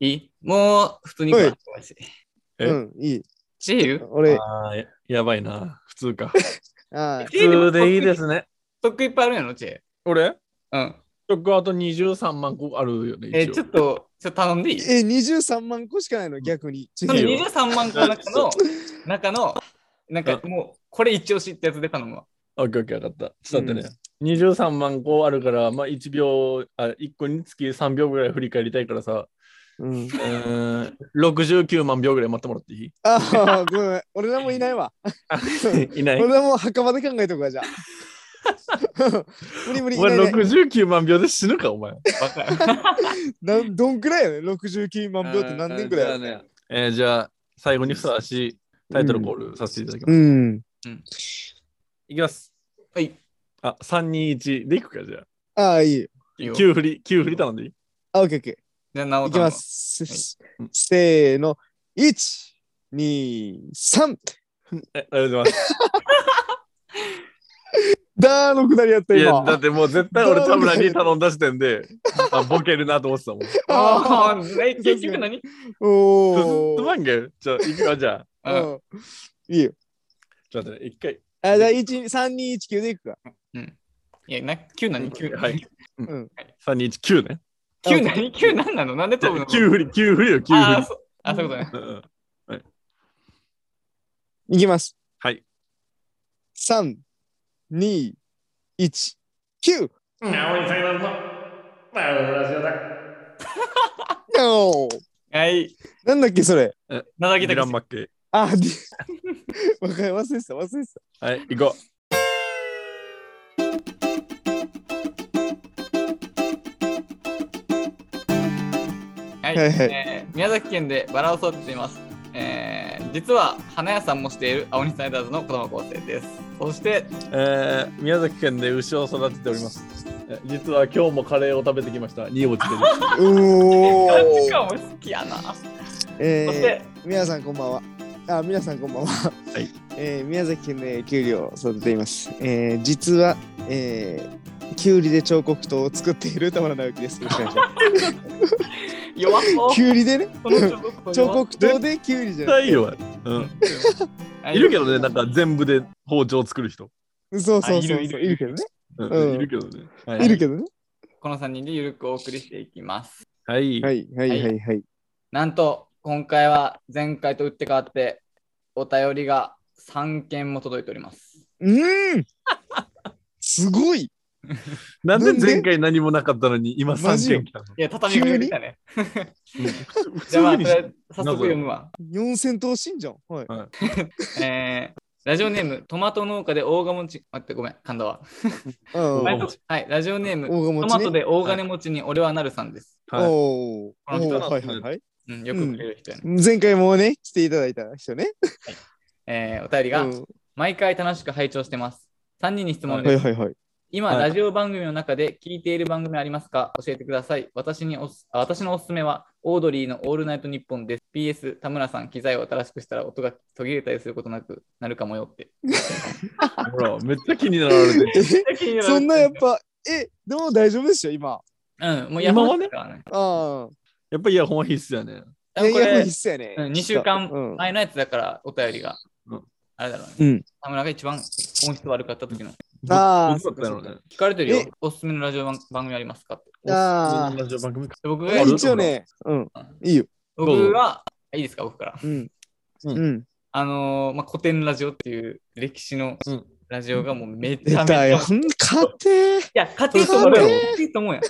いいもう、普通に来はいい。えうん、いい。自由俺、あーややばいな。普通か。あ普通でいいですね。ストックいっぱいあるんやろ、知恵。俺うん。ストックあと23万個あるよね。え一ー応ちょっと、ちょっと頼んでいいえ、23万個しかないの、逆に。そのいいよ23万個の中の、中の、なんかもう、これ一押しってやつで頼むわ。オッケーオッケー、分かった。ちょっと待ってね。23万個あるから、まあ1秒、あ1個につき3秒ぐらい振り返りたいからさ、うん、うーん69万秒ぐらい待ってもらっていいああ、ごめん、俺らもいないわ。いない俺。らも墓場で考えとくわ、じゃあ。無理無理おいない前いない69万秒で死ぬか、お前。バカ。なんどんくらいよね、69万秒って何年くらいやろねえーじゃあ、最後にふさわしいタイトルコールさせていただきます。うん。いきます。はい。あ、3、2、1でいくか、じゃあ。ああ、いいよ。いいよじ9振り、9振り頼んでいいあ、オッケーオッケー。ゃあ、なおいきます。はいせーの、1、2、3。えありがとうございます。だーのくだりやったいや、だ今っ。てもう絶対俺田村に頼んだ時 点で、あボケるなと思ってたもん。すああ、え結局何おすーまんげ。じゃあ、いくよ、じゃあ。ううんん。いいよ。ちょっと待ってね、一回。あ、じゃあ、1、3、2、1、9でいくか。いや、な、9何 ?9 は何い。うんうん3、2、1、9ね。 ?9 何 ?9 何なのなんで飛ぶの9振り、9振りよ、9あ振ーり。そあ、そういうことね。うんうんいきます。はい。 3、2、1、9。おーはい。なんだっけ、それ。なだデぎィたラかンマッケイ。あ、で わかり忘れてた、忘れてた。はい、行こはい、はいはいえー宮崎県でバラを育てています。えー実は花屋さんもしている青鬼サイダーズの子供構成です。そして、う。えー、宮崎県で牛を育てております。え実は今日もカレーを食べてきました。2落ちてる。おガチ ーかも好きやな。そしえて、ー、皆さんこんばんは。あ、皆さんこんばんは。はいえー宮崎県でキュウリを育てています。えー、実は、えー、キュウリで彫刻刀を作っている田村直樹です。よろしくお願いしま弱そうす。キュウリでね、その彫刻刀彫弱そう刻刀でキュウリじゃ な大い。いわ。うん。いるけどね、なんか全部で包丁作る人。そうそうそうあいそうるいいるるけどね。うんうんいるけどね。はいるけどね。この3人でゆるくお送りしていきます。はい。はいはいはいはい。なんと、今回は前回と打って変わって、お便りが3件も届いております。うーんすごいなんなでんで前回何もなかったのに、今マ3ジよ件来たのいや、畳みかけてきたね。うん普じゃあ、まあ、そ通に。れ早速読むわ。 !4000 頭身じゃん。はい。えーラジオネーム、トマト農家で大金持ち、待って、ごめん、噛んだわ。うん。は大いはい、ラジオネーム、ト金持マちトね。で大金持ちに俺はなるさんです。はいおーこの人おなーんはでいすはいはい。うん、よくくれる人やね、前回もね、来ていただいた人ね。えーお便りうが、ん毎回楽しく拝聴してます。3人に質問です。はいはい はい。今、はいラジオ番組の中で聞いている番組ありますか教えてください。私におすあ私のおすすめは、オードリーのオールナイトニッポンです。PS、田村さん、機材を新しくしたら音が途切れたりすることなくなるかもよって。ほら、めっちゃ気になられて る。そんなやっぱ、え、でも大丈夫ですよ、今。うん、もうやばいからね。あやっぱイヤホンは必須やね。あ。いやいこや、もうれ必、須やね。 2週う間ん前のやつだから、お便りがうん。あれだろうね。うん。田村が一番音質悪かった時の。ああどこだったのね。聞かれてるよえ。おすすめのラジオ番番組ありますかって。あラジオ番組か。で僕あ。がある一応ね、うん。いいよ。どうぞ僕が、いいですか、僕から。うん。ううんん。あのーまあ、古典ラジオっていう歴史のうんラジオがもうめち出ゃめちたゃ。よ。い勝てー。や、勝てると思うよ。勝てると思うよ。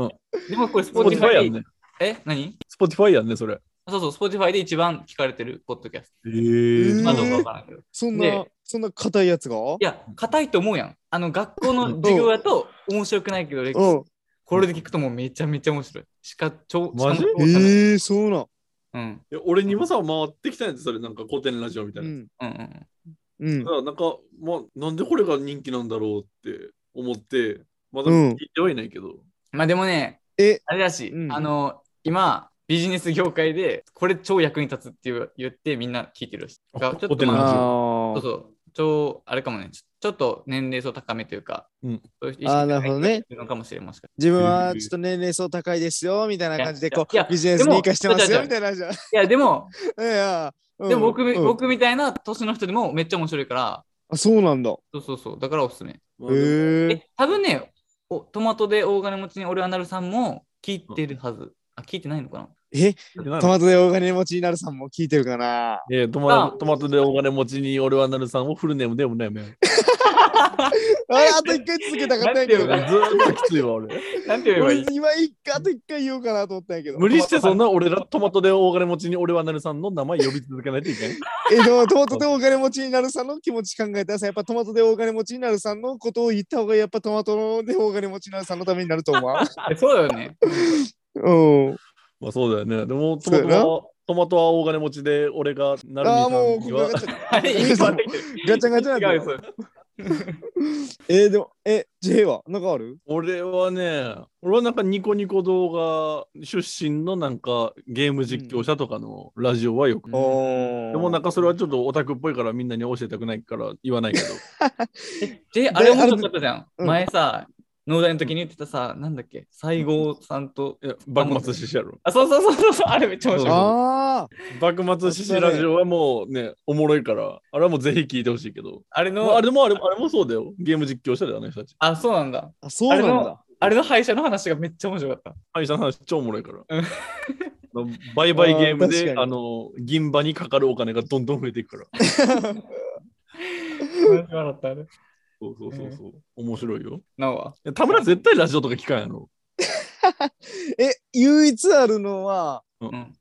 えでもこれ、スポティファイやん Spotify ね。え、何スポティファイやんね、それ。そうそう、Spotify で一番聞かれてるポッドキャスえト。うんまあ、どうかわからんけど。いそんなで、そんな硬いやつがうん。や、硬いと思うやん。あの、学校の授業だと面白くないけど、歴史。これで聞くともうめちゃめちゃ面白い。しか、超、マジしかもえー、そうなん。うん、俺にもさ、回ってきたんやつ、それ、なんか古典ラジオみたういな。ん。うん、うん。うんだか。らなんか、まあ、なんでこれが人気なんだろうって思って、まだうん聞いてはいないけど。まあ、でもね、えあれだし、うんあの、今、ビジネス業界でこれ超役に立つっていう言ってみんな聞いてるし。がちょっ古と典ラジオまああそうあ。そう。長、あれかもね、ちょちょっと年齢層高めというか、うんそういう人あーなるほどね意識高い人がいるのかもしれません。自分はちょっと年齢層高いですよみたいな感じでこいやいやうビジネスに生かしてますでよもみたいなじゃん。いいや、でも、やいやうんでも僕,、うん僕みたいな年の人でもめっちゃ面白いから、あそうなんだ。へそうそうそう、だからおすすめ。ええ、多分ね、おトマトで大金持ちに俺はなるさんも聞いてるはず。あ、聞いてないのかなえトトマトでお金持ちになるさんも聞いてるかなえトマトマトでお金持ちに俺はなるさんをフルネームでもないめ。ずあれあと一回続けたかったんやけどなな。んてーっときついわ俺。なんて言えば俺いい今一回あと一回言おうかなと思ったんやけど。無理してそんな俺らトマトで大金持ちに俺はなるさんの名前呼び続けないといけない。えでもトマトでお金持ちになるさんの気持ち考えたらさやっぱトマトでお金持ちになるさんのことを言った方がやっぱトマトでお金持ちになるさんのためになると 思わんあそうだよね。うん。 まあそうだよね。でもトそうマやなトはトマトは大金持ちで俺がなるああにさもうんこにこがはガチャあれ、今笑ってきてるガチャガチャなん違だうよそれえーでもえ J はなんかある俺はね、俺はなんかニコニコ動画出身のなんかゲーム実況者とかのラジオはよく。うんあーでもなんかそれはちょっとオタクっぽいからみんなに教えたくないから言わない けど。で、あれ面白かったじゃん。うん前さ、農大の時に言ってたさ、なんだっけ、西郷さんと。いや幕末獅子やろ。あ、そうそうそうそうそう、あれめっちゃ面白い。あ 幕末獅子ラジオはもうね、おもろいから、あれはもうぜひ聞いてほしいけど。あれの、まあ、ああれもあれもあれもそうだよ。ゲーム実況者だよ、あの人たち。そうなんだ。ーあそうなんあれだの。あれの敗者の話がめっちゃ面白かっ会社の話超おもろいからう。売買ゲームあー確でかにあの銀場にかかるお金がどんどん増えていくから。た。面白かった、あれ。そうそうそうそう。面白いよ。いなおは。や田村絶対ラジオとか聞かんやろ。 え唯一あるのはうん。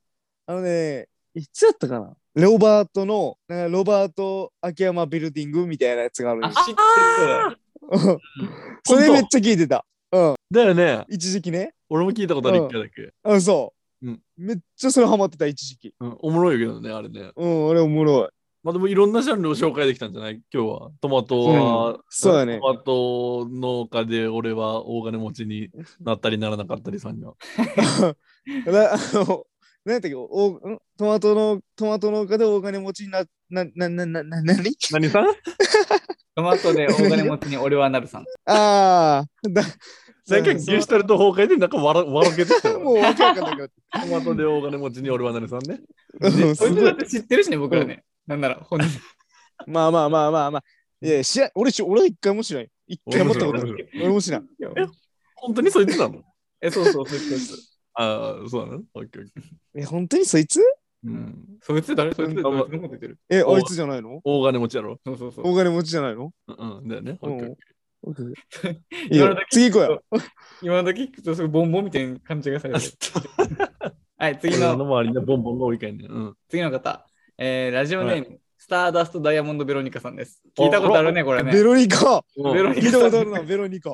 あのねいつやったかなロバートのなんかロバート秋山ビルディングみたいなやつがあるんよ知ってるから。 それめっちゃ聞いてただよね。一時期ね俺も聞いたことある一回だけ、あそう、うんめっちゃそれハマってた一時期うん。おもろいけどね、あれね。うん俺おもろいまあでもいろんなジャンルを紹介できたんじゃない今日は。トマトは、そうだねトマト農家で俺は大金持ちになったりならなかったりさ んには。なあの、なんやったっけ、おんトマトの、トマト農家でお金持ちにな、な、な、な、な、な、なに何さんトマトで大金持ちに俺はなる さん。ああ、だ、最近うんゲそうシュタルト崩壊でなんか笑笑けてた よもうわけわかんなくなっトマトで大金持ちに俺はなるさんね。て。うんこすいつごだいって知ってるしね、僕らね。なんなら、本人。まあまあまあまあまあ。いや、しら俺し、俺は一回もしない。一回もったことない。俺もしない。本当にそいつなのえ、そうそう、そいつそいつ。ああ、そうなのオッケーオッケーえ、本当にそいつうん。 そいつ誰そいつう誰んそいつのこと言ってる。え、おあいつじゃないの大金持ちやろ。そうそうそう。お金持ちじゃないのうん、うんだよね。オうッんケーオッケいい今のよだけ次行こうよ。今のだけ聞くと、すごいボンボンみたいな感じがされてる。はい、ー次俺のの周りのボンボンが多いかいね。うん。次の方、えーラジオネーム、スターダストダイヤモンドベロニカさんです。お聞いたことあるね、これね。ベロニカベロニカ聞いたことあるな、ベロニカ。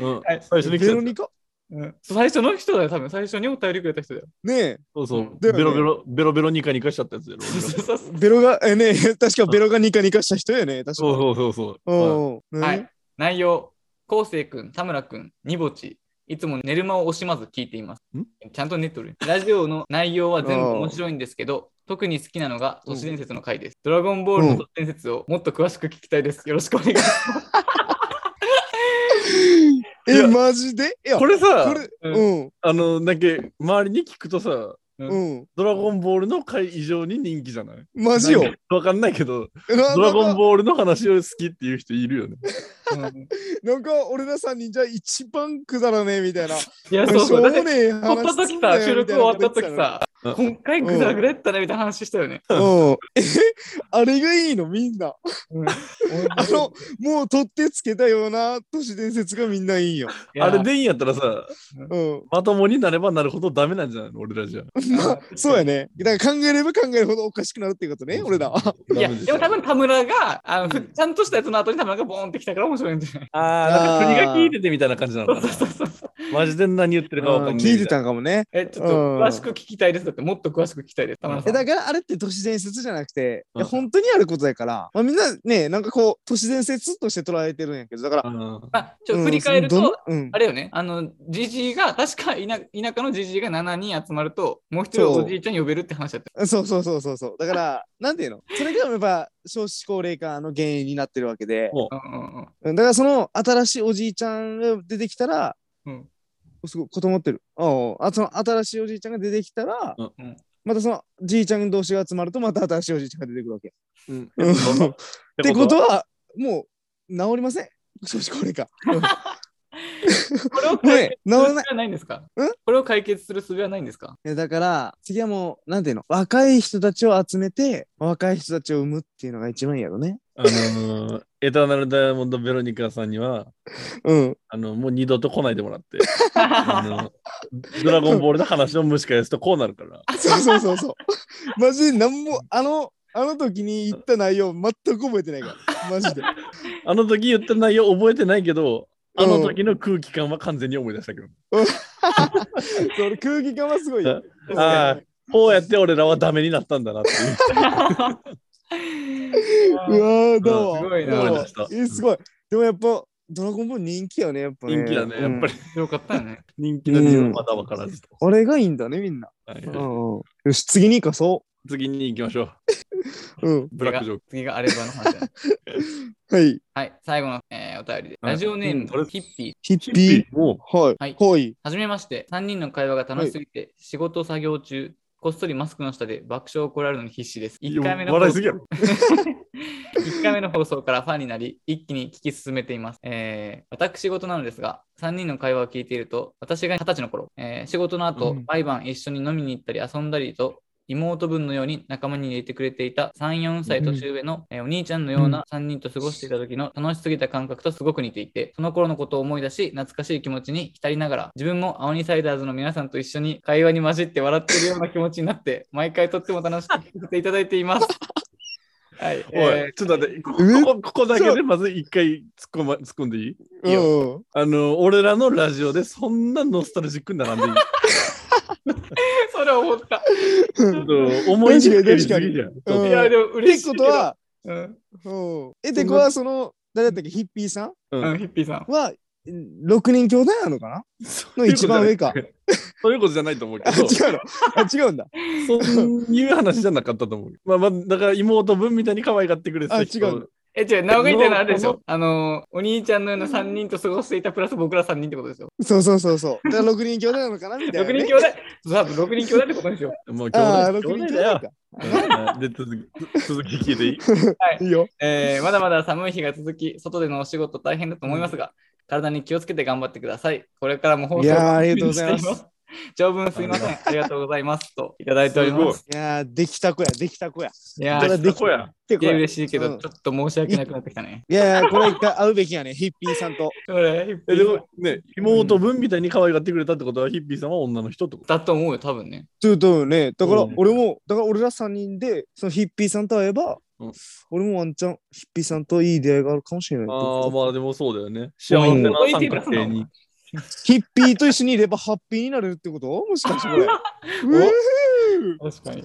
うん。はい最初ベに来たロやつニカうん最初の人だよ、多分最初にお便りくれた人だよ。ねえ。そうそう。だベよねロベロ、ベロベロニカニカしちゃったやつやろ。俺らそうそうベロが、え、ねえ、確かベロがニカニカした人やね。確かそうそうそうそう。うんうん。はねい。内容、こうせいくん、田村くん、にぼち、いつも寝る間を惜しまず聞いていますん。ちゃんと寝とる。ラジオの内容は全部面白いんですけど、特に好きなのが都市伝説の回です。ドラゴンボールの都市伝説をもっと詳しく聞きたいです。よろしくお願いします。いえ、やマジでいや、これさこ、れ、うんうん、あの、なんか、周りに聞くとさ、うん、ドラゴンボールの回以上に人気じゃないマジよ。なんかわかんないけど、なドラゴンボボールの話を好きっていう人いるよね。うんなんか俺らさんにじゃあ一番くだらねえみたいな。いや、しそうそう。ょだうってもねえ撮った話す時んださ、よ収録終わった時みいなさ、うん今回グダグダやったねみたいな話したよね。うん。え、あれがいいのみんな。ああの、もう取ってつけたような都市伝説がみんないいよ。あれでいいんやったらさ、うん。まともになればなるほどダメなんじゃないの俺らじゃ。まあ、そうやね。だから考えれば考えるほどおかしくなるっていうことね、俺らは。いや、ダメしでょも多分田村が、あのふちゃんとしたやつの後に田村がボーンってきたから面白いんじゃないああ、なんか国があー聞いててみたいな感じなのかな。そうそうそう。マジで何言ってるか分かんない。聞いてたんかもね。え、ちょっと詳しく聞きたいです。だってもっと詳しく聞きたいです。田村さえん。だからあれって都市伝説じゃなくて、いやうん本当にあることやから、まあ、みんなねなんかこう都市伝説として捉えてるんやけどだから、うん。あ、ちょっとうん振り返ると、そのどんうんあれよね、あの、じじいが、確か田田舎のじじいが7人集まると、もう一人そうおじいちゃん呼べるって話だった。そうそうそうそうそうだからなんていうの それがやっぱ少子高齢化の原因になってるわけでうんうんうんうんだからその新しいおじいちゃんが出てきたら、うんおすごい固まってるあああその新しいおじいちゃんが出てきたら、うんうんまたそのじいちゃん同士が集まるとまた新しいおじいちゃんが出てくる わけ。うんうん っってことははもう治りません少子高齢化。これをね解決する術はえ治らないないんですかんこれを解決する術はないんですかいやだから次はもうなんていうの若い人たちを集めて若い人たちを生むっていうのが一番いいやろね。あのー、エターナルダイヤモンド・ベロニカさんには、うん。あの、もう二度と来ないでもらって、あの、 ドラゴンボールの話を蒸し返すとこうなるから。そうそうそうそう。マジでなんもあのあの時に言った内容全く覚えてないからマジで。あの時言った内容覚えてないけど、あのうん時の空気感は完全に思い出したけど。それ空気感はすごいよ。ああ、こうやって俺らはダメになったんだなって いう。うわー、どうも。すごいなどうも思い出したえすごい。でもやっぱ、ドラゴンボール人気よね、やっぱ、ね。人気だね、やっぱりうん。よかったよね。人気の理由はまだ分からず。あれがいいんだね、みんな。はいうんうんよし、次に行かそ次に行きましょう。う。うん。ブラックジョーク。次がアレバの話だね。はい。はい、最後の、えーお便りで。はいラジオネーうんこれム、ヒッピー。ヒッピー。もはい。はいはい。はじめまして、3人の会話が楽しすぎて、仕事作業中、こっそりマスクの下で爆笑をこらえるのに必死です。う、 1回目の笑い放送す ぎやろ。 1回目の放送からファンになり、一気に聞き進めています。えー私事なのですが、3人の会話を聞いていると、私が20歳の頃、えー仕事の後、うん毎晩一緒に飲みに行ったり遊んだりと、妹分のように仲間に入れてくれていた3、4歳年上の、えーお兄ちゃんのような3人と過ごしていた時の楽しすぎた感覚とすごく似ていて、その頃のことを思い出し、懐かしい気持ちに浸りながら、自分も青鬼サイダーズの皆さんと一緒に会話に混じって笑っているような気持ちになって、 毎回とっても楽しく聞かせていただいています。はい、おえー、いちょっと待って、こえここここだけでまず一回突っ込,、ま、突っ込んでいいうんいいあの、俺らのラジオでそんなノスタルジックに並んでい いそれ思った。ちょっと思い出作りすぎじゃん。かにそううんいや、でもって嬉しいこけとど。は、うん、うん。え、てこは、その、誰だったっけ、ヒッピーさんうんうんヒッピーさん。は、6人兄弟なのかな そういうことじゃなの一番い上か。そういうことじゃないと思うけあ、ど、違うの。あ、違うんだ。そういう話じゃなかったと思う。 まあまあ、だから妹分みたいに可愛がってくれてた人あ違うえ、違う、直樹みたいなのあるでしのょ。あのー、お兄ちゃんのような3人と過ごしていたプラス僕ら3人ってことですよ。そうそうそうそう。だから6人兄弟なのかなみたい6な、人ね。兄弟、そう、6人兄弟ってことでしょ。もうああ、6兄弟人兄兄弟弟だか。。ようん で、続き、続き聞いていいいいよ。えーまだまだ寒い日が続き、外でのお仕事大変だと思いますが、体に気をつけて頑張ってください。これからも放い送やー楽ありしがみにしていとうございまますす。長文すいません。ありがとうございます。といただいております。いやー、できた子や、できた子や。いやたー、だすあっできこや。てこげえや。い嬉しいけうど、んちょっと申し訳なくなってきたね。やいや、これ一回会うべきやね、ヒッピーさんと。それヒッピえ、でーさんもね、妹分みたいに可愛がってくれたってことは、ヒッピーさんは女の人ってことだと思うよ、多分ね。ちょっとね、だからうん俺も、だから俺ら3人で、そのヒッピーさんと会えば、うん俺もワンチャン、ヒッピーさんといい出会いがあるかもしれない。ああ、まあでもそうだよね。幸せな三角形に。ヒッピーと一緒にいればハッピーになれるってこともしかしてこれ。うーう確かに。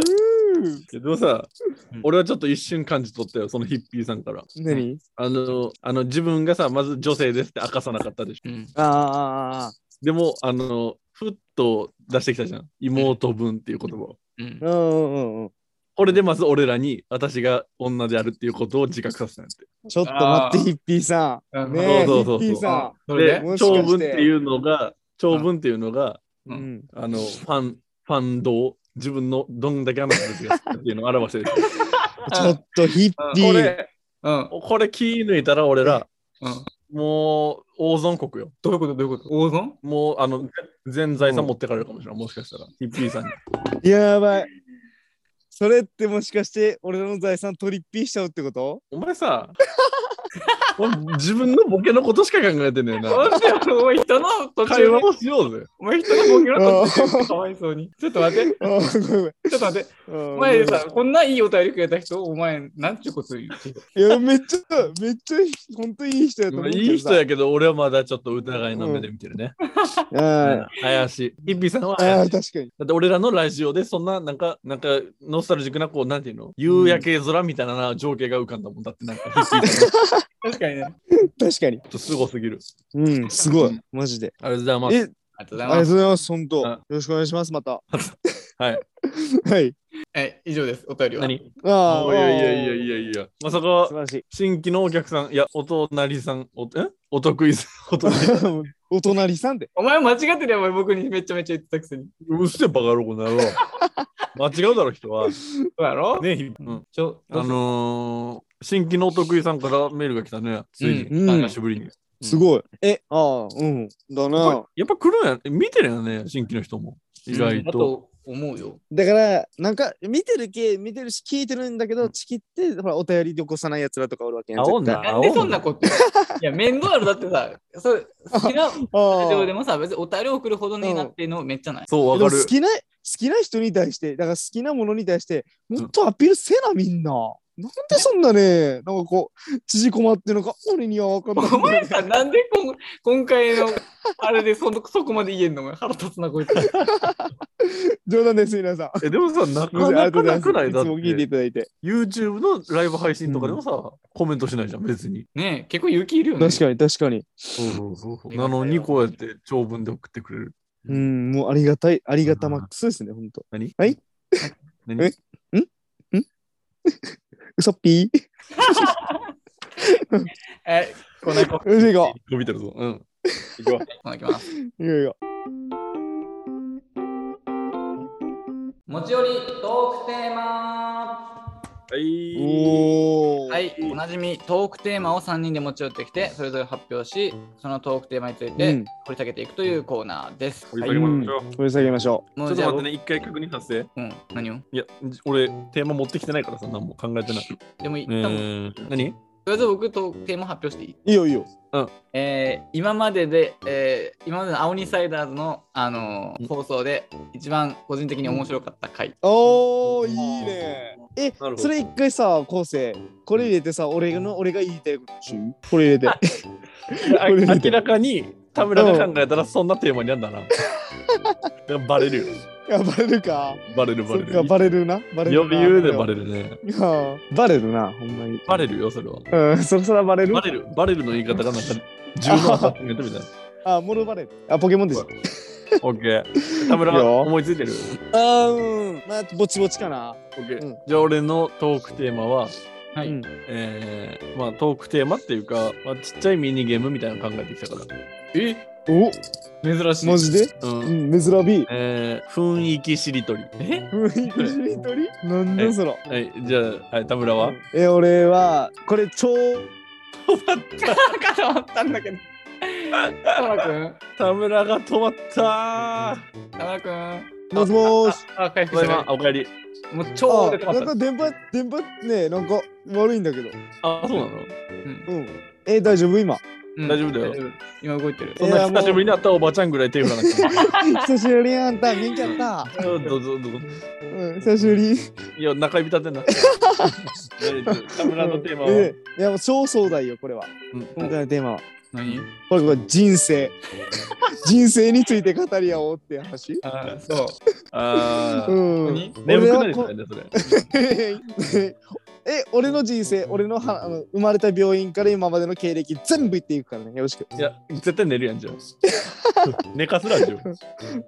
ーでもさうん、俺はちょっと一瞬感じ取ったよ、そのヒッピーさんから。何あの、あの自分がさ、まず女性ですって明かさなかったでしょ。うん。あーでも、あの、ふっと出してきたじゃん。妹分っていう言葉を。うんあー、あーあー、うんうんうん。これでまず俺らに私が女であるっていうことを自覚させたんやって。ちょっと待あーって、ヒッピーさ。うんんねえ、ヒそうそうそッうピーさそれでで、もしかして長文っていうのが、長文っていうのが、ん。ううんんあの、ファン、ファン道、自分のどんだけ話が好きかっていうのを 表してる。こちょっとヒッピー。れ、うん。これ気抜いたら俺ら、うんもう、大損国よ。どういうことどういうこと大損もう、あの、全財産持ってかれるかもしれない、もしかしたら。ヒッピーさんに。やばい。 それってもしかして俺らの財産トリッピーしちゃうってことお前さ、もう自分のボケのことしか考えてねえな。どうしよう、もう人の途中会で、話もをしようぜ。う人のボケの途中で、かわいそうに。ちょっと待って、あーごめんちょっと待って、あーお前ごめんさ、こんないいお便りくれた人、お前、なんちゅうこと言ういや、めっちゃ、めっちゃ、本当にいい人やとま思あうけどさ。いい人やけど、俺はまだちょっと疑いの目で見てるね。あ怪しい。一ピさんはあ、あ怪しあ、い。確かに。だって俺らのラジオでそんな、なんか、なんか、ノスタルジックな、こう、なんていうの、夕焼け空みたいなな情景が浮かんだもんだって、なんか、ヒッピーさんちょ確かにね。確かに。っとすごすぎる。うん、すごい。マジで。ありがとうございます。え、ありがとうごあざいまりがとうす。ございます。本当。あよろしくお願いします。また。 はい。はい。え、以上です、お便りは。何いああ、やいやいやいや。やいや。まさ素か、晴らしい。新規のお客さん、いや、お隣さん、おえお得意さん、お 得意さん。 お隣さんで。お前間違ってるよ、お前僕にめちゃめちゃ言ってたくせに。うっせえバカロコなろう。間違うだろ、人は。そうやろねえ、ひうんちょ、あのー、新規のお得意さんからメールが来たね、ついに。うん久しぶりに。すごい。え、ああ、うん。だな。やっぱ来るんや、見てるよね、新規の人も。意外だと。と思うよ。だから、なんか、見てるけ、見てるし、聞いてるんだけど、チキって、ほら、お便りで起こさない奴らとかおるわけやん。あおん絶対ななんでそんなこと言ういや、面倒やろ、だってさ、それ好きなああ。ラジオでもさ、別にお便り送るほどになっていうのめっちゃない。そう、でもわかる好。きな好きな人に対してだから好きなものに対してもっとアピールせなみんな、なんでそんなねなんかこう縮こまってるのか俺には分かんないお前さ、なんでこん今回のあれでそのそこまで言えんのお前腹立つな、こいつ。冗談です皆さんえ、でもさ、なすいまかせんありながとかうございなますくないだっいつも聞いててい。ただいて YouTube のライブ配信とかでもさ、コメントしないじゃん、別に。ねえ、結構勇気いるよね。確かに確かにそうそうそうそうなのに、こうやって長文で送ってくれる。うんもうありがたいありがたマックスですね本当何はい何えうそっぴーえ、こんな行こうそいこ伸びてるぞ。うん。う。こんな行きます。ういこういこ持ち寄りトークテーマはうい。おおはい、おなじみトークテーマを3人で持ち寄ってきて、それぞれ発表し、そのトークテーマについで、うてん、掘り下げていくというコーナーです。掘りはい下げ、うんましょう掘り下げましょもちょうっとじゃあ待ってね、一回確認させて。うん、何をいや、じ俺、テーマ持ってきてないからさ、何も考えてない。でも、一え旦、ー、何とりあえず僕とテーマ発表していいういいよいいよえー今までで、えー今までの青ニサイダーズの、あのーうん放送で一番個人的に面白かった回、おおいいねえほどそれ一回さ昴生これ入れてさ俺の俺が言いたいことしこれ入れてあこれ見て明らかに田村が考えたらそんなテーマにあん だな。でもバレるよ。い や、バレるか。バレるバそレっか、る。バレるな。バレるな。呼び言うでバレるね。る。ああバレるな、ほんまに。バレるよ、それは。うん、そろそろバレるバレる、バレるの言い方がなんか10万発言ってみたい な。あ、モルバレる。あ、ポケモンです。オッケー。田村いいよ思いついてる。あうん。まあ、ぼちぼちかな。オッケうんー。じゃあ俺のトークテーマは、はいうんえー、まあトークテーマっていうか、まあ、ちっちゃいミニゲームみたいなの考えてきたから。えお珍しいマジでう。うんん、珍しい。えー、雰囲気しりとり。えうん、いい鳥なんだそら。はい、じゃあ、はい、田村はえ、俺は、これ超、固まったんだけど田村君田村が止まったー。田村君もしもーし。あ回復たしだていまおかえり。もうあ超で、な止まんっか電波、電波ね、なんか悪いんだけど。あ、そうなのうん。え、大丈夫今。た、うん大丈夫だよ今動いてるそんな久しぶりに会ったおばちゃんぐらい手振らなく ても。久しぶりやんた、元気やった。どうぞどうぞうん、久しぶり。いや、中指立て んな。田村のテーマは、ええいやもう超壮大よこれは、うん今回のテーマは何これこれ人生人生について語り合おうって話あそうあうーん何眠くな俺いですはかね、それ。こ え俺の人生俺のはあの生まれた病院から今までの経歴全部言っていくからねよろしくいや、絶対寝るやんじゃん。 寝かすラジオ。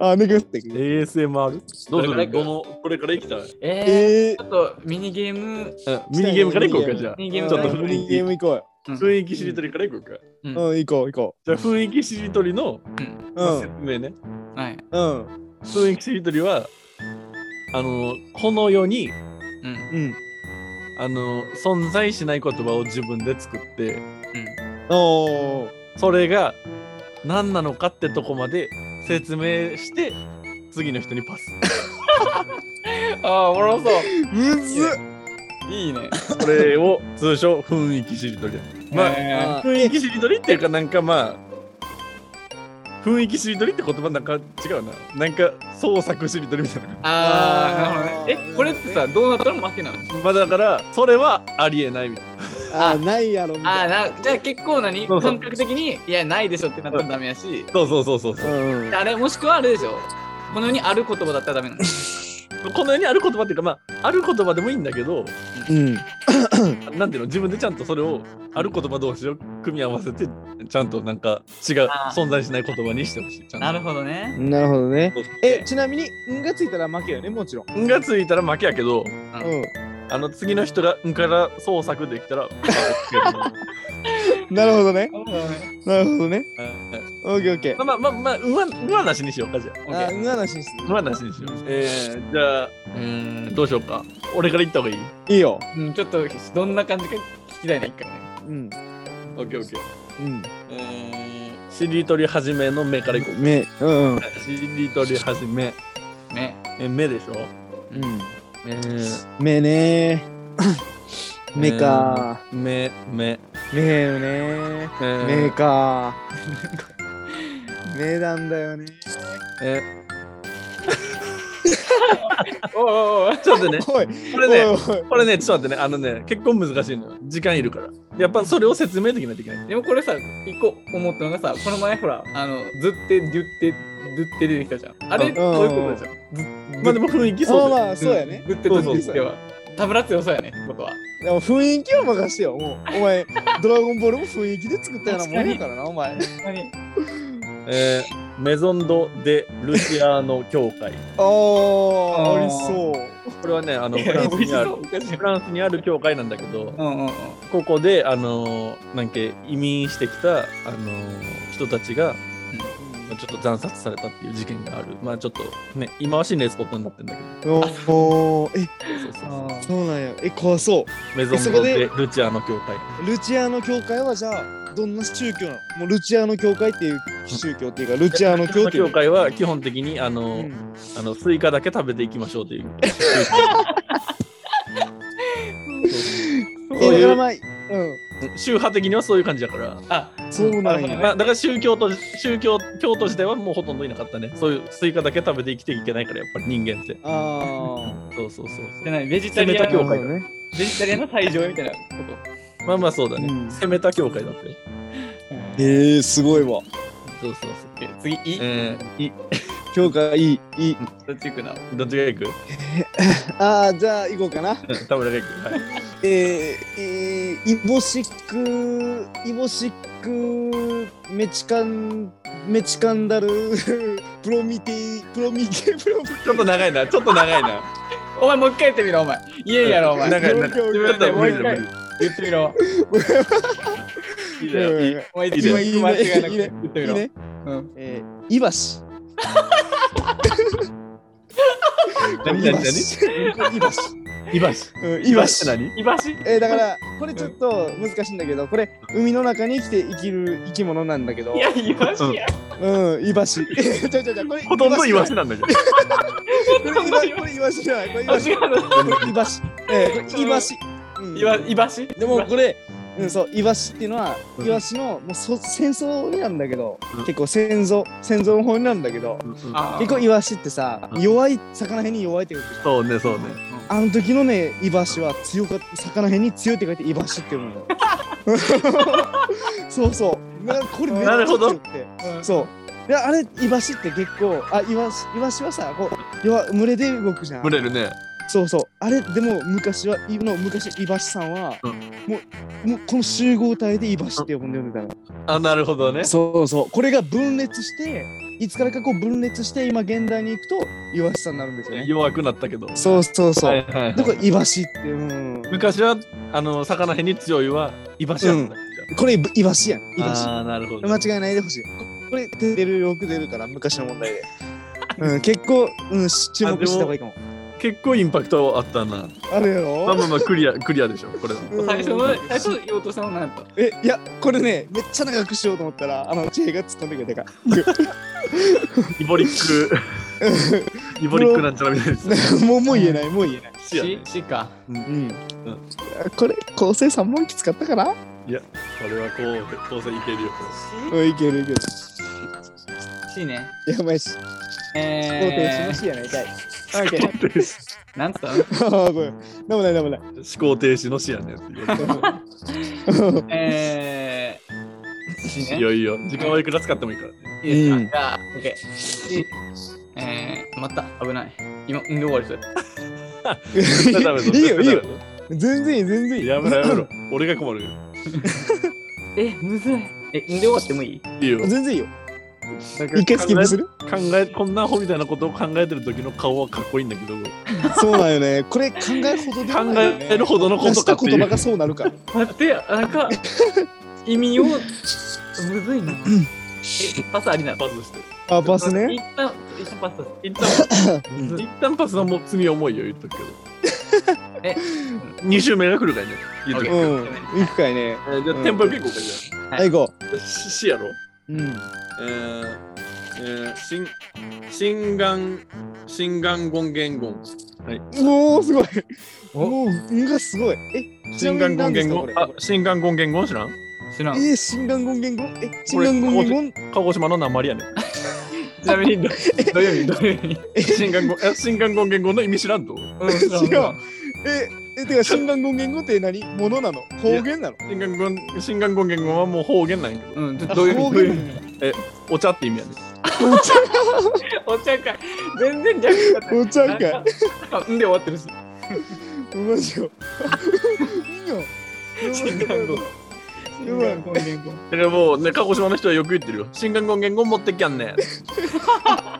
あ抜けってく ASMR? どうすこれるからどの、これから行きたい。うんえーえー、ちょっとミニゲーム、ミニゲームから行こうか、じゃあ。ミニゲームちからょっ行とこうミニ雰ゲ囲気ー、ム行こ雰囲気しりとりから行こうか。うんうようん行こう行こじゃあ、雰囲気しりとりのうまあ説明ね。はい、うんうん雰囲気しりとりは、あの、この世に、うんうんあの存在しない言葉を自分で作っておーそれが何なのかってとこまで説明して次の人に パスああおもろそうむずっいいね これを通称雰囲気しりとりまへあ、雰囲気しりとりっていうか、なんかまあ、雰囲気しりとりって言葉なんか違うな。なんか創作しりとりみたいな。あー、なあーるほどね。え、これってさ、どうなったら負けなのまあだから、それはありえないみたいな。ああ、ないやろみあたあ、いな。な、じゃあ結構なに、そうそう感覚的に、いや、ないでしょってなったらダメやし、そうそうそうそうそう。うんあれ、もしくはあれでしょ。この世にある言葉だったらダメなの。この世にある言葉っていうか、まあ、ある言葉でもいいんだけど、うん。なんていうの、自分でちゃんとそれを、ある言葉同士を組み合わせて、ちゃんとなんか違う、あー存在しない言葉にしてほしい。ちゃ んとなるほどね。なるほどね。そうそうえ、ちなみに、んがついたら負けよね、もちろん。んがついたら負けやけど、ううあの次の人がんから創作できたら、ん。なるほどね。なるほどね。オッケーオッケー。まあまあまあ、うわ、うわなしにしようか、じゃオッケあ、ー。うんがなしですねあ。うわなしにしよう。えー、じゃあ、うーん、どうしようか。俺から言った方がいいいいよ。うん、ちょっと、どんな感じか聞きたいね、一回ね。うん。オッケーオッケー。うん。えー、しりとり始めの目からいこう。め、うんうん。しりとり始め、ね。え目でしょうん。えー、めねー。めか目、目、ー。めよねえーー。めか ー。めなんだよね。えおーおーおーーちょっとね、 おい、こおれいね、おい。これね、ちょっと待ってね、あのね、結構難しいのよ。時間いるから。やっぱそれを説明できないといけない。でもこれさ、一個思ったのがさ、この前ほら、あの、ずって、ぎゅって、ずって出てきたじゃん。あれ、うんどういうことでしょまあでも雰囲気まそあうだよまあ、そうやね。ずってそうとずそっうてでは。田村強そうやね、僕は。でも雰囲気は任してよ。もうお前、ドラゴンボールも雰囲気で作ったようなもんやからな、お前。何えー、メゾンド・デ・ルシアーノ教会。ーあー、ありそう。これはね、あの、いフやラいンやスにあるお。かしいフランスにある教会なんだけど、うんうんうん。ここで、あのー、なんけ、移民してきた、あのー、人たちが、まあちょっと惨殺されたっていう事件がある。まあちょっと、ね、今は心霊スポットになってんだけど。おー、え、そうそうそう。あそうなんや。え、怖そメゾえそンこド・でデ・ルチアーノ教会。う。ルチアーノ教会はじゃあ、どんな宗教なのもうルチアーノ教会っていう宗教っていうか、ルチアーノ教っていう教。会は基本的に、あのー、うんあのスイカだけ食べていきましょうという。そうえ、だいからうまあ、う宗派的にはそういう感じだから、あ、ん、そうなんなるほどや。まあ、だから宗教と宗教教徒自体はもうほとんどいなかったねそういうスイカだけ食べて生きていけないからやっぱり人間ってあそうそうそうじゃそうない、ベジタリア攻めた教ン、会ね。ベジタリアンの最上位みたいなこまあまあそうだね、うん攻めた教会だったよと。うんえー、すごいわ。そうそうそうえ次、いい、えー、い教会いい、いい。どっち行くな。どっちが行くあー、じゃあ行こうかな。うん田村が行く、はい、えー、えー、イボシック、イボシック、メチカン、メチカンダル、 プロミテイ、プロミテイ、プロミテちょっと長いなちょっと長いなお前もう一回言ってみろ、お前。言えんやろ、お前。長い自長いいやいや分でもう一無理だ回言ってみろ。いいだよいいイ。もう一いいね回間違いなくい言いねっていみいろ。ね。うん。えー、イワシ。何イワ何何シ。イ ワシ。イバシうんイワシ。何居場所えー、だから、これちょっと難しいんだけど、これ、海の中に生きて生きる生き物なんだけど、いや、居場所や。うん、イワシ。 えちょいちょいちょいこれ、ほとんどイワシこなんだけどれイワシこれイワシじゃない。これイあ、ワシ。違うの。イワシ。えー、これイワシ。うんいわ、いばし。でもこれ、うん、そうイワシっていうのは、うんイワシのもうそ戦争になんだけど、うん結構戦争戦争の方になんだけど、あ結構イワシってさ、うん弱い魚へんに弱いってことじゃんそうねそうねあの時のねイワシは強かった魚へんに強いって書いてイワシって読むのよ そうそうなこれめっちなゃるほど強くてそうであれイワシって結構あイワシイワシはさこう弱群れで動くじゃん群れるねそうそうあれでも昔は今の昔イバシさんは、うんもうもうこの集合体でイバシって呼んでるんだよ、あなるほどねそうそうこれが分裂していつからかこう分裂して今現代に行くとイワシさんになるんですよね弱くなったけどそうそうそう、はいはいはいだからイワシってうん昔はあの魚へんに強いはイバシやったんだこれイワシやんイワシあーなるほど間違いないでほしいここれ出るよく出るから昔の問題で、 うん、結構、うん、し注目した方がいいかも結構インパクトあったなあるやまあろまあまあクリアクリアでしょこれはうん最初の、最初言おうとしたのなんと。えいやこれねめっちゃ長くしようと思ったらあの J が突っ込んでくれたからイボリックイボリックなんちゃらみたいです ねもうもう言えないもう言えない死やねし、しか。うん、これ構成3問きつかったかないやこれはこう、当然いけるよ。うんいけるいける。 C ね。やばいし。肯定しえまー、しやないかい。あいけ。なんつったのああ、ごめん。なんもない、なんもない。思考停止の視野ねって言われえー、C ね。て。いいよいよ。時間はいくら使ってもいいからね。いですかうんじゃあ、OK。C。えー、また危ない。今、運動終わりそうやっ絶対ダメ だいいよ、いいよ絶。全然いい、全然いい。対ダメだやめろやめろ。俺が困るよ。た。え、むずい。え、運動終わってもいいいいよ。全然いいよ。だけど一回スキップする考え、こんなアホみたいなことを考えてる時の顔はかっこいいんだけど、そうなんよね。これ考えるほどで考もないよねえるほどのこ出としかたってい言葉う。がそうなるから。待ってや、なん か、意味を、むずいな。え、パスありなのパスして。あ、バスね。一旦、一旦パスだ。一旦一旦パスはもう罪重いよ、言っとくけど。え2周目が来るからね。言っうとくオけど。ッん。行くかいね。えーじゃあ、テンポよくいこうか、じゃはい、行こあ。ししやろう。う。うん。えーえー、心心眼心眼権言語おお、すごい。おもう、運がすごい。え、ちな心み眼に何で権す言か語これあ心眼権言語知らん 知 らん。えー、心眼言言語え、心眼言言語鹿児島の鉛やねんちなみに、ど土曜日、土曜日。 心眼言え心眼言言語の意味知らんとうん、知らん違う。え、え、てか、心眼言言語って何ものなの方言なの心眼言心眼言言語はもう方言なんやけどうん、ちょっと土曜方日、土曜日。言お茶って意味やねんお茶会、全然じゃなかっおた。茶会。なんかうんで終わってるし。マジよ。いいよ。心眼語やばいごめんごめんだからもうね鹿児島の人はよく言ってるよ心眼言言語持ってきゃ んねん、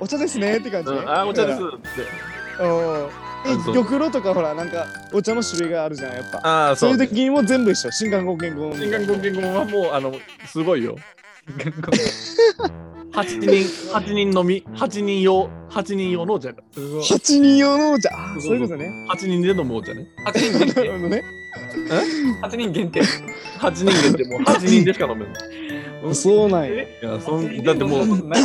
お茶ですねって感じうね。ん、あーお茶ですっうんてえあ、そう玉露とかほら、なんか、お茶の種類があるじゃん、やっぱ。ああそそういうう心時にも全部一緒。心眼言語。眼言言語はもうあのすごいよ8人 八人のみ8人用8人用のお茶やからすごい。八人用のお茶。あーそういうことね。 8人で飲むお茶ね8人限なる定。ほどね。 8人限定。 8人限ってもう8人でしか飲め ない。そうなんやえいやそそんんだってもう、な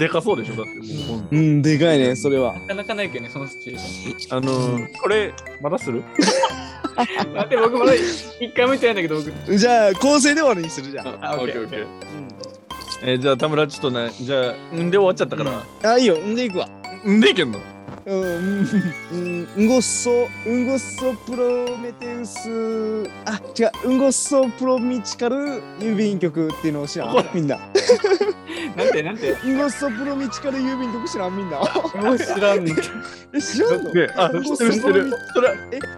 でかそうでしょ、だってもう。うん、でかいね、それは。かなかないけどね、そのシチュエーシあのー、これ、まだするョン。待って、僕まだ一回も言ってないんだけど、僕。じゃあ、構成で終わりにするじゃん。あオッケーオッケーー。えー、じゃあ、田村、ちょっとね、じゃあ、んで終わっちゃったから、あ、いいよ、んでいくわ。んでいけんのうん、うん、うんごっそ、うんごっそプロメテウス、あ、違う、うんごっそプロミチカル郵便局っていうのを知らんほら、みんな。なんて、なんて。うんごっそプロミチカル郵便局知らん、みんな。もう知らんの。 え、知らんのねあ、うん知ごっってそる知ってプロるミ。それ、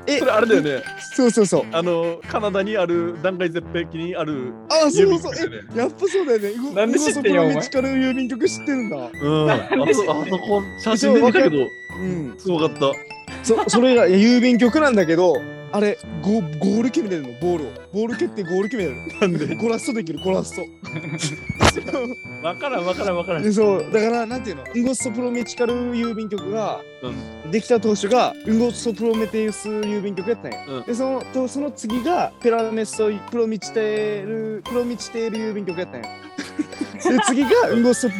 え、それあれだよね。そうそうそう。あのー、カナダにある、断崖絶壁にある、 あ、そうそうそう。郵便局だよえ、やっぱそうだよね。うごなんで知ってんやうんおごっ前そプロミチカル郵便局知ってるんだ。うん。あそ、あそこ、写真で見たけど、うん。すごかった。そそれがいや郵便局なんだけどあれゴゴール決めてるのボールをボール蹴ってゴール決めてるなんでゴラストできるゴ ラストわからん、わからん、わからん。でそうだからなんていうのウンゴッソプロメチカル郵便局がうん。できた当初がウンゴッソプロメテウス郵便局やったんや、うんでそのとその次がペラメッソイプロミチテールプロミチテール郵便局やった んやで次がウンゴッソプ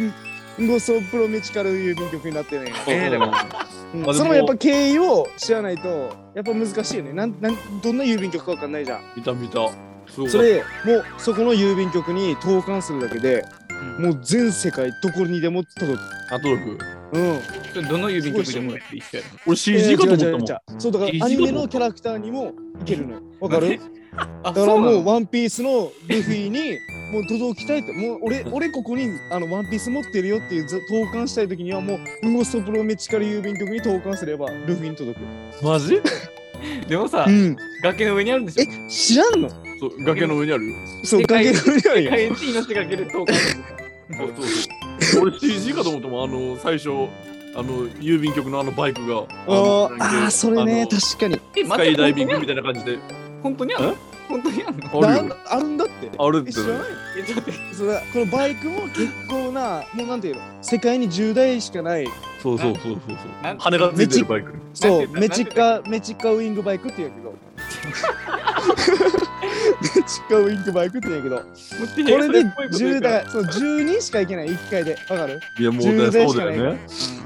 ウンゴッソプロメチカル郵便局になってるんやえだから。うんまあでもそのやっぱ経緯を知らないとやっぱ難しいよねなんなんどんな郵便局かわかんないじゃん見た見た。すごかったそれもうそこの郵便局に投函するだけでうんもう全世界どこにでも届くあと6。うんそれどの郵便局でもやって一緒や俺 CG かと思ったもん。んそうだからア CG ニかと思ったメのキャラクターにもいけるのよわかろ。るあだからもううワンピースのルフィにもう届きたいともう俺俺ここにあのワンピース持ってるよっていうず投函したい時にはもうウゴストプロメチカル郵便局に投函すればルフィに届くマジなのでもさう、ん崖の上にあるんでしょえ知らんのそう崖の上にあるよ。そう世界崖の上にある世よ界一命がける と。そうそう俺 CG かと思ったもん、あの、最初、あの、郵便局のあのバイクが。あーのあーそれねあの確かにえ、スカイダイビングみたいな感じで。本当にあるの本当にあるのあるよ。なあるんだってあるっえて知。らないえ、ちょっと待って。それこのバイクも結構なもうなんていうの世界に10台しかないそうそうそうそうなん。羽がついてるバイク。そうなんて言メったチカメチカウイングバイクって言うんやけどメチカウイングバイクって言うんやけどもう手これでそこういうこと言う10から台そう10人しか行けない1回でわかるいや、もう10ね、台そしうかだないよね。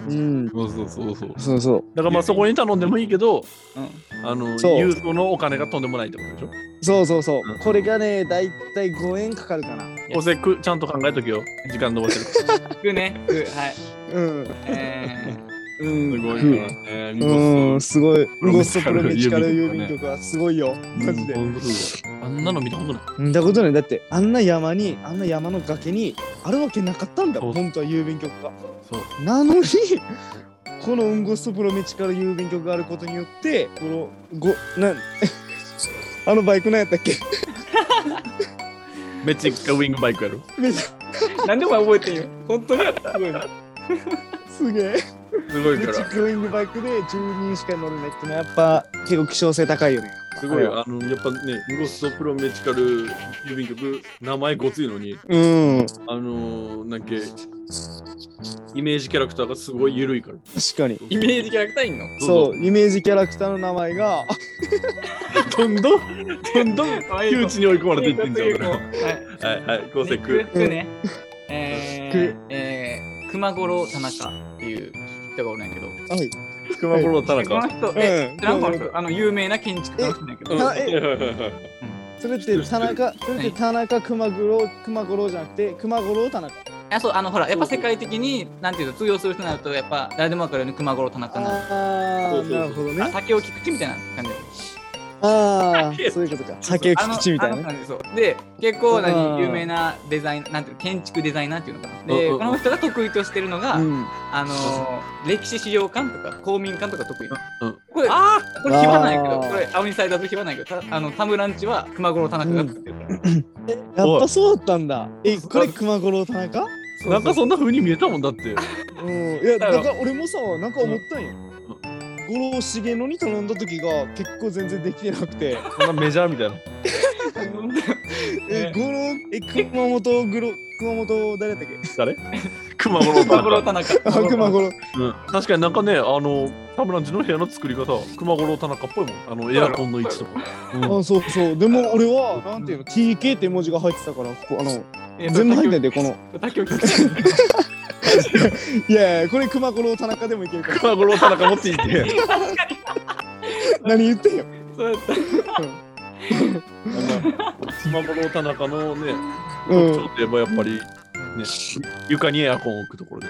うん。そうそうそうそう。そうそう。だからまあそこに頼んでもいいけど、うんあの、そうユースのお金がとんでもないってことでしょそうそうそううん。これがね、だいたい5円かかるかな。おせくちゃんと考えときよ。時間伸ばしてる。服ね、服、はい。うん。えうん。すごいうんな。えー見事うん、すごい。ロロメゴチカスルトプロメチカル郵郵便便局局はすごいよ。マジで。うん本当だわあんなの見たことない。見たことない。だって、あんな山に、あんな山の崖にあるわけなかったんだそうよ。本当は郵便局が。そう。なのに、このウンゴストプロメチカル郵便局があることによって、この、ご、なん、 あのバイクなんやったっけめっちゃウィングバイクやろ。めっちゃー、なんでお前覚えてんよ。本当にやった。すごいな。すげえ。すごいめっかちゃら。クローイングバイクで10人しか乗れないってのはやっぱ結構希少性高いよね。すごい。あの、やっぱね、ムゴストプロメチカル郵便局、名前ごついのに、うん。あのー、なんか、イメージキャラクターがすごい緩いから。確かに。イメージキャラクターいんのそうう、イメージキャラクターの名前が、どんどん、どんどん、可愛い子窮地に追い込まれていってんじゃん、俺は。はい。はいはい、昴生く君。ね。えくー、えー、熊五郎田中っていう人がおるんやけど。はい。熊五郎田この中。人、え、うん。知らんかこの人あの、有名な建築家の人なんやけどうん。あええそれって田中、それって田中熊五郎、熊五郎じゃなくて、熊五郎田中。あ、そう、あの、ほら、やっぱ世界的に、なんていうの、通用する人になると、やっぱ、誰でもわかるように熊五郎田中になる。あそうそー、うそうなるほどあ、ね。酒を聞くちみたいな感じ。あー、そういうことか。酒あの口みたいあのなね。感じそうで結構う何ん有名なデザインなんていうの建築デザイナーっていうのかなでうんうんこの人が得意としてるのが、うん。あのー歴史資料館とか公民館とか得意なうんこれあこれあー暇なんやけどこれ青にサイダーと暇なんやけどたあのタムランチは熊五郎田中が作ってるから、やっぱそうだったんだ。え、これ熊五郎田中 なんかそんな風に見えたもんだって。うん、いやだだからから俺もさなんか思ったんよ。五郎茂野に頼んだ時が結構全然できてなく てそんなメジャーみたいな。えね五郎え熊本グロ熊本誰だっけ誰熊五郎田熊五郎中。田中 あ熊五郎うん確かになんかね、あの、田村んちの部屋の作り方、熊五郎田中っぽいもん。あの、エアコンの位置とか。うんあそうそうでも俺はなんていうの TK って文字が入ってたからここあのえ全部入ってんだよこの竹を聞くちいやいやこれ熊五郎田中でもいけるから熊五郎田中もついて。 何言ってんよそうやった熊五郎田中のね、う特ん徴といえばやっぱり、ね、床にエアコンを置くところで。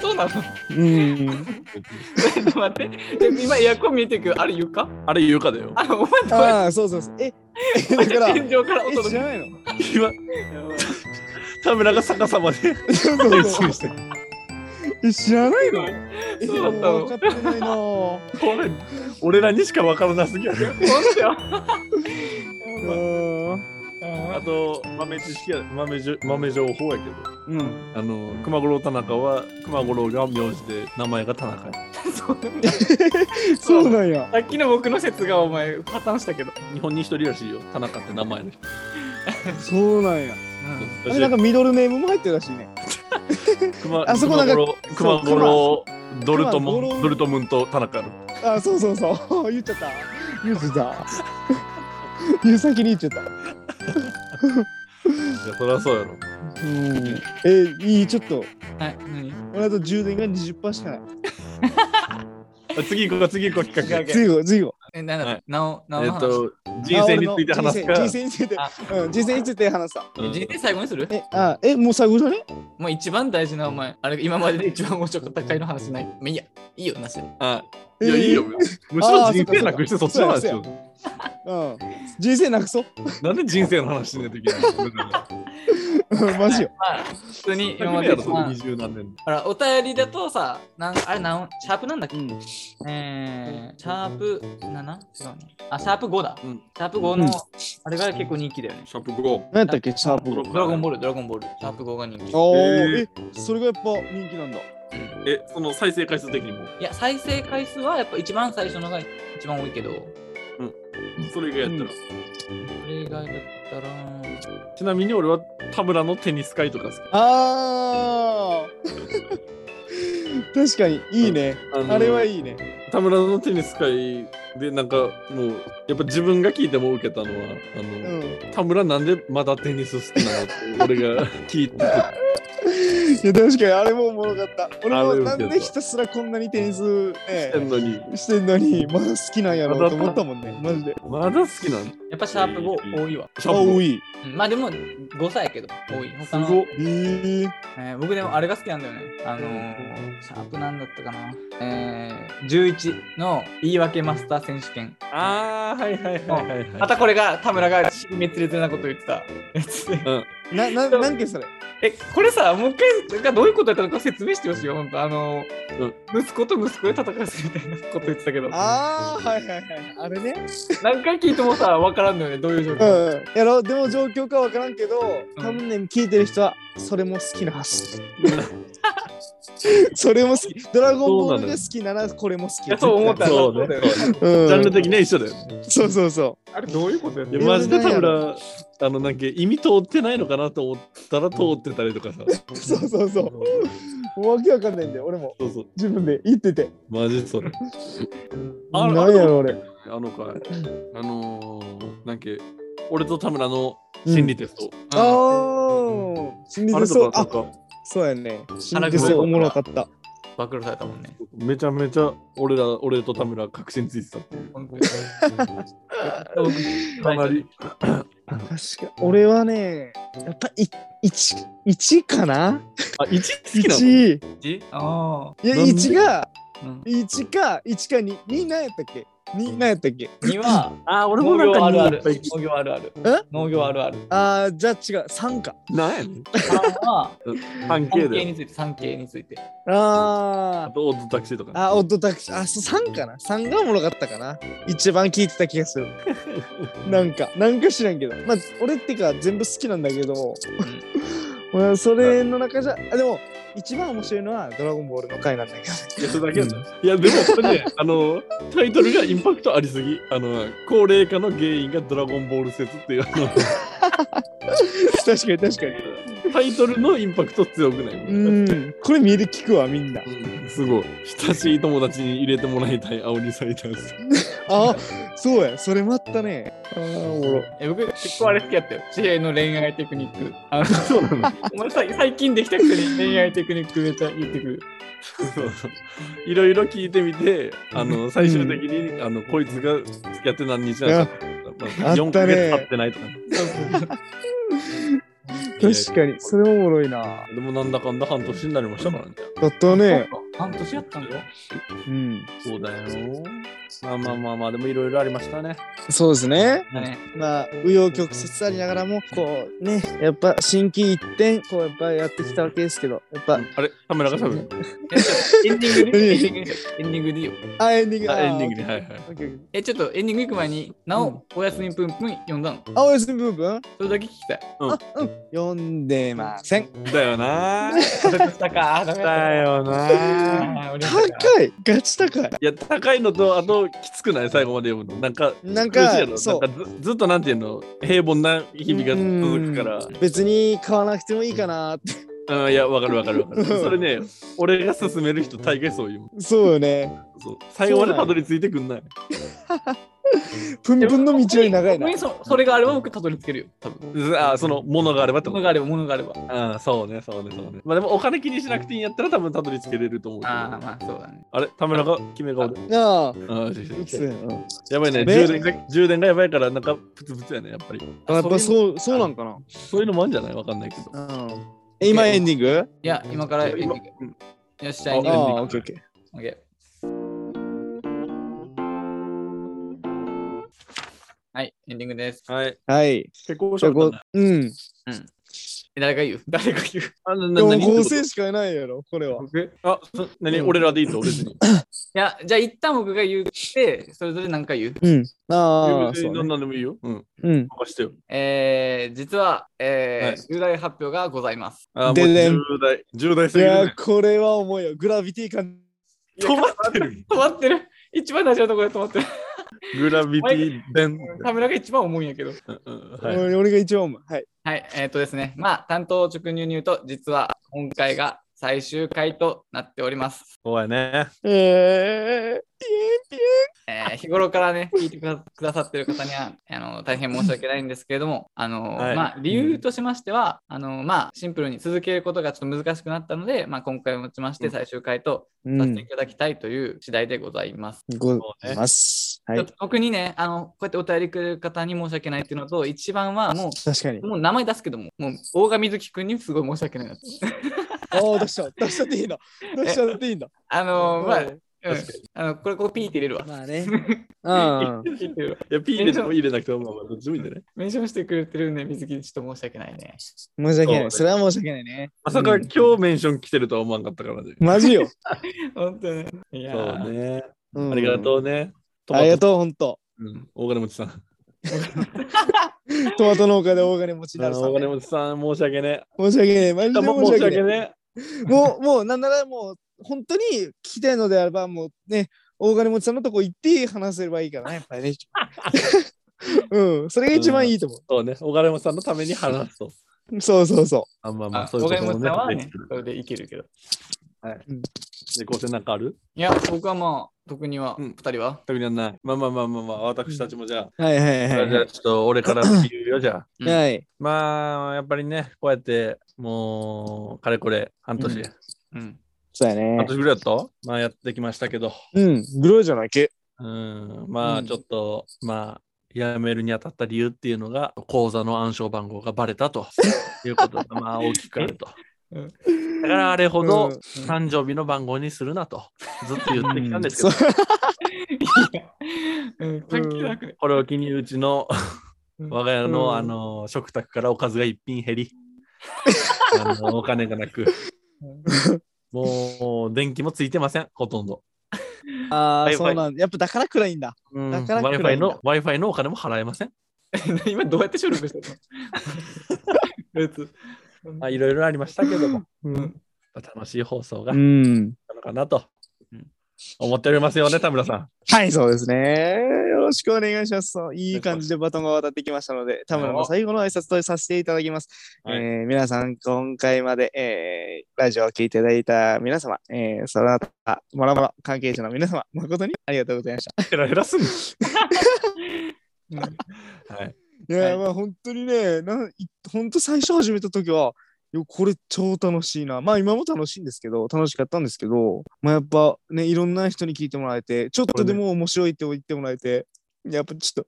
そうなのうんちょっと待ってえ今エアコン見えてるけどあれ床あれ床だよ。あお前ああそうそうそう ええだからえ天井から音知らないの今、田村が逆さまでそうそう練そう習してる。え知らないのえそうだったのもう分かってないなぁこれ、俺らにしかわからなすぎやろ。本当よ。うんあと、豆知識や、豆じょ豆情報やけど。うん。あの熊五郎田中は熊五郎が名字で名前が田中やそうそうなんや。さっきの僕の説がお前破綻したけど。日本に一人らしいよ田中って名前の人そうなんや。あれなんかミドルネームも入ってるらしいね。熊あそこなんか熊五郎熊五郎ドルト熊五ムン郎ドルトムント田中やろあ、そうそうそう。 言っちゃった。言っちゃった。言う先に言っちゃった。いやそりゃそうやろうん。え、いい、ちょっと。はい、何俺あと充電が20%しかない。あ次行こうか次行こうか企次行こう、次行こえ、なんはだい、なお、な画おえのっ話。とう。人生について話すかあ人生人生について。うん、人生について話した。うん人生最後にするえ、あ、え、もう最後じゃねもう一番大事なお前。あれ、今までで一番面白かった回の話ない。まあいいや、いいよ、なしで。あえいやーいいよむしろ人生なくしてそっちの話しようん。人生なくそう。 うなんで人生の話しないといけないのうんマジよ。まあ、普通に今ま今でやでろまあ二十何年ほら、お便りだとさ、なんあれなん、シャープなんだっけうん。えー、シャープ 7? 違うね。あ、シャープ5だ。うんシャープ5の、うんあれが結構人気だよね。シャープ5何やったっけシャープド5。ドラゴンボール、ドラゴンボール。シャープ5が人気。あーええ、それがやっぱ人気なんだ。えその再生回数的にもいや、再生回数はやっぱ一番最初のが一番多いけど、それ以外やったらそれ以外だったら、ちなみに俺は田村のテニス会とか好きあー 確かにいいね、あのあれはいいね田村のテニス界でなんかもうやっぱ自分が聞いても受けたのはあうの、ん田村なんでまだテニス好きなのって俺が聞いてていや確かにあれもおもろかった。俺あもれもなんでひたすらこんなにテニス、ねしてんのに。してんのに、まだ好きなんやろうと思ったもんね。マジで。まだ好きなのやっぱシャープ5多いわ。シあ、多い。い。うんまあでも5歳やけど多い。す他のごっ。えー、えー僕でもあれが好きなんだよね。あのー、シャープなんだったかな。えー、11の言い訳マスター選手権。あー、はいはいはいはいはい。またこれが田村が滅裂なこと言ってたやつで。な、な、なんてそれ。え、これさ、もう一回がどういうことやったのか説明してほしいよ、ほんと。あのー、息子と息子で戦わせるみたいなこと言ってたけど、ああ、はいはいはい。あれね。何回聞いてもさ、わからんのよね、どういう状う況。ん。やろ、でも状況かわからんけど、多分ね、聞いてる人は、それも好きなはず。 それも好き。ドラゴンボールが好きなら、これも好き。いや、そう思ったそうそうだようねん。ジャジャンル的には一緒だよ。そうそうそあれ、どういうことやっいたやのマジで田村、あの、なんか意味通ってないのかなと思ったら通ってたりとか さ。う。そうそうそう。もうわけわかんないんだよ、俺も。そうそう。自分で言ってて。マジそれ。あなあんやろ、俺。あのかい。あのー、なんか、俺と田村の心理テスト。あー、心理あテれストと、か、あなん、か、そうやね。心理腹黒テいストおもろかった。暴露されたもん ね。めちゃめちゃ俺ら、俺と田村確信ついてた。本当に僕かなり。確か、俺はね、やっぱい一一かなあ、1好きなの一ああ。いや、なんで一が、うん一か、一か二二なんやったっけ二なんやったっけ2はあ、俺農業あるある2いっぱい。農業あるあるえ。農業あるある。あー、じゃあ違う、三か。なんやねん。 3は 半径関だ係よ。について、産経について。ああー。と、オートタクシーとか。あ、オッドタクシー。あ、そう3かな ?3 がおもろかったかな一番聞いてた気が する。なんか、なんか知らんけど。まあ、俺ってか全部好きなんだけど、 まあ、それの中じゃ、あ、でも、一番面白いのはドラゴンボールの回なんだけど。いや、それだけやんないや、でもこれね、 あの、タイトルがインパクトありすぎ。あの、高齢化の原因がドラゴンボール説っていう、あの、 確かに確かに。タイトルのインパクト強くない、うん。これ見る聞くわ、みんな。うんすごい。親しい友達に入れてもらいたい、青にサイダース。あ、そうや。それもあったね。あー、おもろ。え僕、結構あれ好きやったよ。知恵の恋愛テクニック。あのそうなのお前さ、最近できたくせに恋愛テクニックめっちゃ言ってくる。いろいろ聞いてみて、あの、最終的に、あの、こいつが付き合って何日なのか、まああ、ったね4ヶ月経ってないとか。確かに、それもおもろいな。でもなんだかんだ半年になりましたからね。だったね。半年やったんだよ。うん。そうだよ。まあまあまあまあ、でもいろいろありましたね。そうですね。だね。まあ、紆余曲折ありながらも、こうね、やっぱ心機一転、こうやっぱやってきたわけですけど、やっぱ、あれ、カメラが喋る。エンディングでいいよエンディングでいいよ。あ、エンディング。あエンディングに、はいはい。オッケーオッケーえ、ちょっとエンディング行く前に、なうんお、おやすみぷんぷん読んだの。あ、おやすみ部分それだけ聞きたい。うんあ、うん。読んでません。だよな。したか。ダメだよ。よな。あー高いガチ高いいや、高いのと、あと、きつくない最後まで読むの。なんか、なん苦しいやかろ、そなんうか。ずずっとなんていうの、平凡な日々が続くから。別に買わなくてもいいかな って。うん、いや、わかるわかるわかる。うんそれね、俺が勧める人、大概そういうもん。そうよね。そう最後までたどり着いてくんない。ぷんぷんの道より長いな僕。にそそれがあれば僕たどり着けるよ。多分。あその、ものがあればってこ物とがあれば物があれば。ああ、そうね、そうね、そうね。まあでも、お金気にしなくていいんやったら、多分たどり着けれると思うけど。ああ、まあそうだね。あれ、田村が決め顔で。なあ。ああ、そうそそううやなやばいね、ね充電が充電がやばいから、なんかプツプツやね、やっぱり。あやっぱういう。そう、そうなんかな。そういうのもあるんじゃないわかんないけど。うん。え今エンディングいや、今からエンディン今グ。うんよっしゃ、エンデあィング。あ、オッケーオッケー。オッケーはい、エンディングです。はい。はい。結構面じゃあ白こうかったな、うん。誰が言う誰が言うあなでなも何合成しかいないやろ、これは。僕いあ、そ何、うん俺らでいいと、別に。や、じゃあ一旦僕が言って、それぞれ何か言う。うん。ああ、別そにう、何ね。なんでもいいよ。うん。うん。任してよ。えー、実は、えーは重大発表がございます。あ、もうででん重大、重大すいぎるやね。ー、これは重いよ。グラビティ感。止まってる。止まってる一番大事なところで止まってる。グラビティデン。カメラが一番重いんやけど。うんうんはい俺俺が一番重い。はい。はい、えっ、とですね、まあ、担当直入に言うと、実は今回が最終回となっております。怖いね。えー、ピエンピエン。えー日頃からね、聞いてくだくださってる方には、あのの大変申し訳ないんですけれども、あの、はいまあ、理由としましては、あの、まあ、シンプルに続けることがちょっと難しくなったので、まあ、今回をもちまして最終回とうさせていん。ただきたいという次第でございます。ごそうねます。はちょいっ。と僕にね、あの、こうやってお便りくれる方に申し訳ないっていうのと、一番はも確かにう、。もう名前出すけども、もう、大神月くんにすごい申し訳ないなと。おお、出しちゃう。出しちゃっていいんだ。出しちゃっていいんだ。あの、まあ、うん確かあの、これ、ここピーって入れるわ。まあ ね。うん。ピーって入れるわいや、P 入れても入れなくても、まあまあ、どっちもいいんだね。メンションしてくれてるんで、水木、ちょっと申し訳ないね。申し訳なそうい。それは申し訳ないね。まさかうん今日メンション来てるとは思わなかったからね。マジよ。 本当ね。いやーそうね。うんありがとうね。ありがととう、ほんと。う。うん、大金持ちさん。トマト農家で大金持ちになあるのさん大金ね。持ちさん、申し訳ね申し訳ない。え。マジでもう申申し訳し訳ない。ねもう、もう、なんならもう、本当に聞きたいのであれば、もうね、大金持ちさんのとこ行って話せればいいからね、やっぱりね。うん、それが一番いいと思う。そうね、大金持ちさんのために話すと。そうそうそあまあまああ、小そういう金持こともちねさんは、でねきる、それでいけるけど。で、こうせなんかあるいや、僕はまあ、特には、うん二人は。特にはない。まあまあまあまあまあ、私たちもじゃあ、う。はいはいはいじゃはあちょっと俺から言うよ、じゃあ。 い。はい。まあ、やっぱりね、こうやって、もう、かれこれ、半年、うんうん。そうや半ね。年ぐらいだったまあ、やってきましたけど、うん、グローじゃないけ。うん、まうあ、んちょっと、まあ、やめるにあたった理由っていうのが、口座の暗証番号がバレ たということが、まあ、大きくあると。うだんから、あれほど、うん誕生日の番号にするなと、ずっと言ってきたんですけど、そううん、関係なくね。 これを機にうちのうん我が家の,、うんあの食卓からおかずが一品減 りあのお金がなくうんもう電気もついてませんほとんどああ、 Wi-Fi そうなんだ。やっぱだから暗いんだ。うんだから暗 Wi-Fi いんだの Wi-Fi のお金も払えません今、どうやって収録してたの 別。まあいろいろありましたけども、うんん楽しい放送があっん。たのかなとうん思っておりますよね田村さんはい、そうですね。よろしくお願いします。そういい感じでバトンが渡ってきましたので、田村の最後の挨拶とさせていただきます。はいえー皆さん、今回まで、えーラジオを聴いていただいた皆様、えーその他、もろもろ関係者の皆様、誠にありがとうございました。ヘラヘラすんうんの、はい、いや、はいまあ本当にね、なんい本当最初始めた時は、いやこれ超楽しいな。まあ今も楽しいんですけど、楽しかったんですけど、まあやっぱね、いろんな人に聞いてもらえて、ちょっとでも面白いって言ってもらえて、やっぱちょっ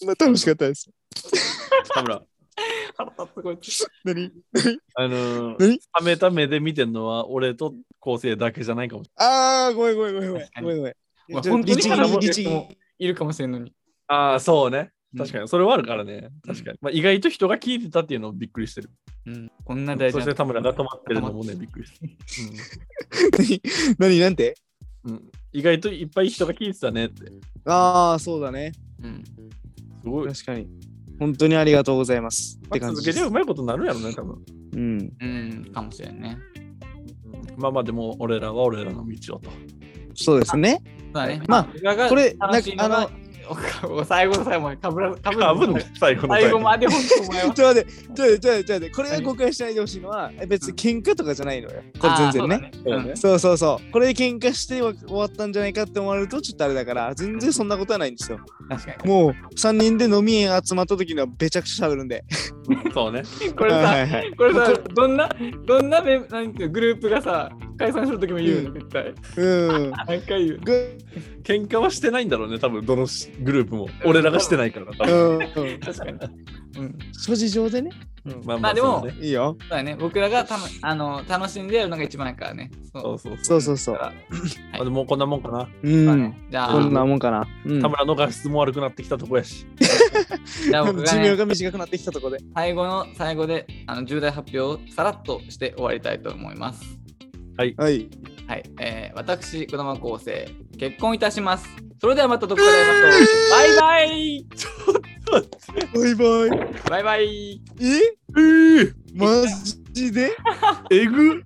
と 、まあ楽しかったです。田村腹立つこいつ何あのー何冷めた目で見てるのは俺と昴生だけじゃないかもしれないああ、ごめんごめんごめんごめん確か。にごめんごめん。お前ちょ本当に律儀腹立律つ儀人もいるかもしれんのに。ああそうねうん確かにそれはあるからね確かに、まあ、意外と人が聞いてたっていうのをびっくりしてるうん。こんな大事そなして田村が止まってるのもね、びっくりした。何なんてうんうん意外といっぱい人が聞いてたねって。すああ、そうだね。うん。ごい。確かに。本当にありがとうございます。ってまあ感続じでけてすう。まいことになるやろね、多分。うん。うん、かもしれんね。まあまあ、でも俺らは俺らの道をと。そうですね。そうだね。まああこれ楽しいのなんが、おお 最後の最後までかぶら、かぶあぶの最後の最後まで。で本当お前は ち。ょっと待って、ちょっと待って、ちょっと待ってちょっと待って、これは誤解しないでほしいのは、え別に喧嘩とかじゃないのよ。これ全然ね。あー。そうそだうねそうそうそう。これで喧嘩してわ終わったんじゃないかって思われるとちょっとあれだから、全然そんなことはないんですよ。うん確かに。もう3人で飲み屋集まった時にはべちゃくちゃ喋るんで。そうね。これさ、はいはいこれさ、どんな、どんなメン、なんていうのグループがさ、解散するときも言うの、絶対。うん。何回言うの。ぐ喧嘩はしてないんだろうね、多分どのしグループも。俺らがしてないから。多う分んうん。確かに。うん。諸事情でね。まあまあでもそうねいいよ。そうだね、僕らがたのあの楽しんでやるのが一番やからね。そそうそうそそうそうそうだ。からう。あでもこんなもんかな。う。そうんねじゃこんあ、なもんかな。うん田村の画質も悪くなってきたとこやし。じゃあ僕が、寿命ね、が短くなってきたとこで。最後の最後であの重大発表をさらっとして終わりたいと思います。はい。はい、えー、私、児玉昴生、結婚いたします。それではまたどこかで会いましょう。バイバイバイバイ。バイバイええーマジでえぐっ